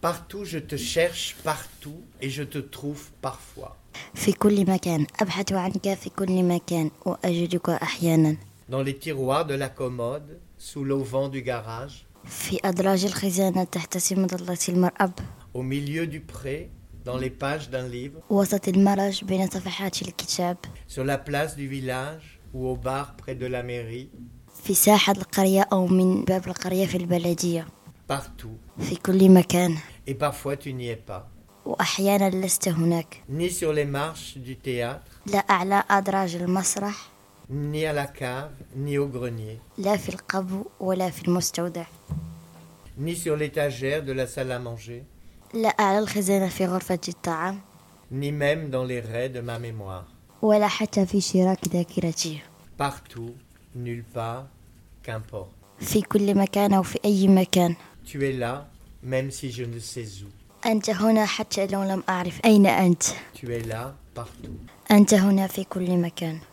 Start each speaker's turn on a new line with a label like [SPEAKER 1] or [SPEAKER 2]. [SPEAKER 1] Partout je te cherche, partout, et je te trouve parfois.
[SPEAKER 2] في كل مكان أبحث عنك في كل مكان وأجدك أحيانا
[SPEAKER 1] Dans les tiroirs de la commode, sous l'auvent du garage,
[SPEAKER 2] في أدراج الخزانة تحت سمة المرأب
[SPEAKER 1] au milieu du pré, dans les pages d'un livre,
[SPEAKER 2] وسط المرج بين صفحات الكتاب
[SPEAKER 1] sur la place du village ou au bar près de la mairie,
[SPEAKER 2] في ساحة القرية أو من باب القرية في البلدية
[SPEAKER 1] partout.
[SPEAKER 2] في كل مكان
[SPEAKER 1] Et parfois tu n'y es pas.
[SPEAKER 2] وأحيانا لست هناك
[SPEAKER 1] Ni sur les marches du théâtre,
[SPEAKER 2] لا أعلى أدراج المسرح
[SPEAKER 1] ni à la cave, ni au grenier,
[SPEAKER 2] لا في القبو ولا في المستودع
[SPEAKER 1] ni sur l'étagère de la salle à manger,
[SPEAKER 2] لا أعلى الخزانة في غرفة الطعام
[SPEAKER 1] ni même dans les raies de ma mémoire.
[SPEAKER 2] ولا حتى في شراك ذاكرتي
[SPEAKER 1] Partout, nulle part, qu'importe.
[SPEAKER 2] في كل مكان أو في أي مكان
[SPEAKER 1] Tu es là, même si je ne sais où.
[SPEAKER 2] أنت هنا حتى لو لم أعرف أين أنت
[SPEAKER 1] Tu es là, partout.
[SPEAKER 2] أنت هنا في كل مكان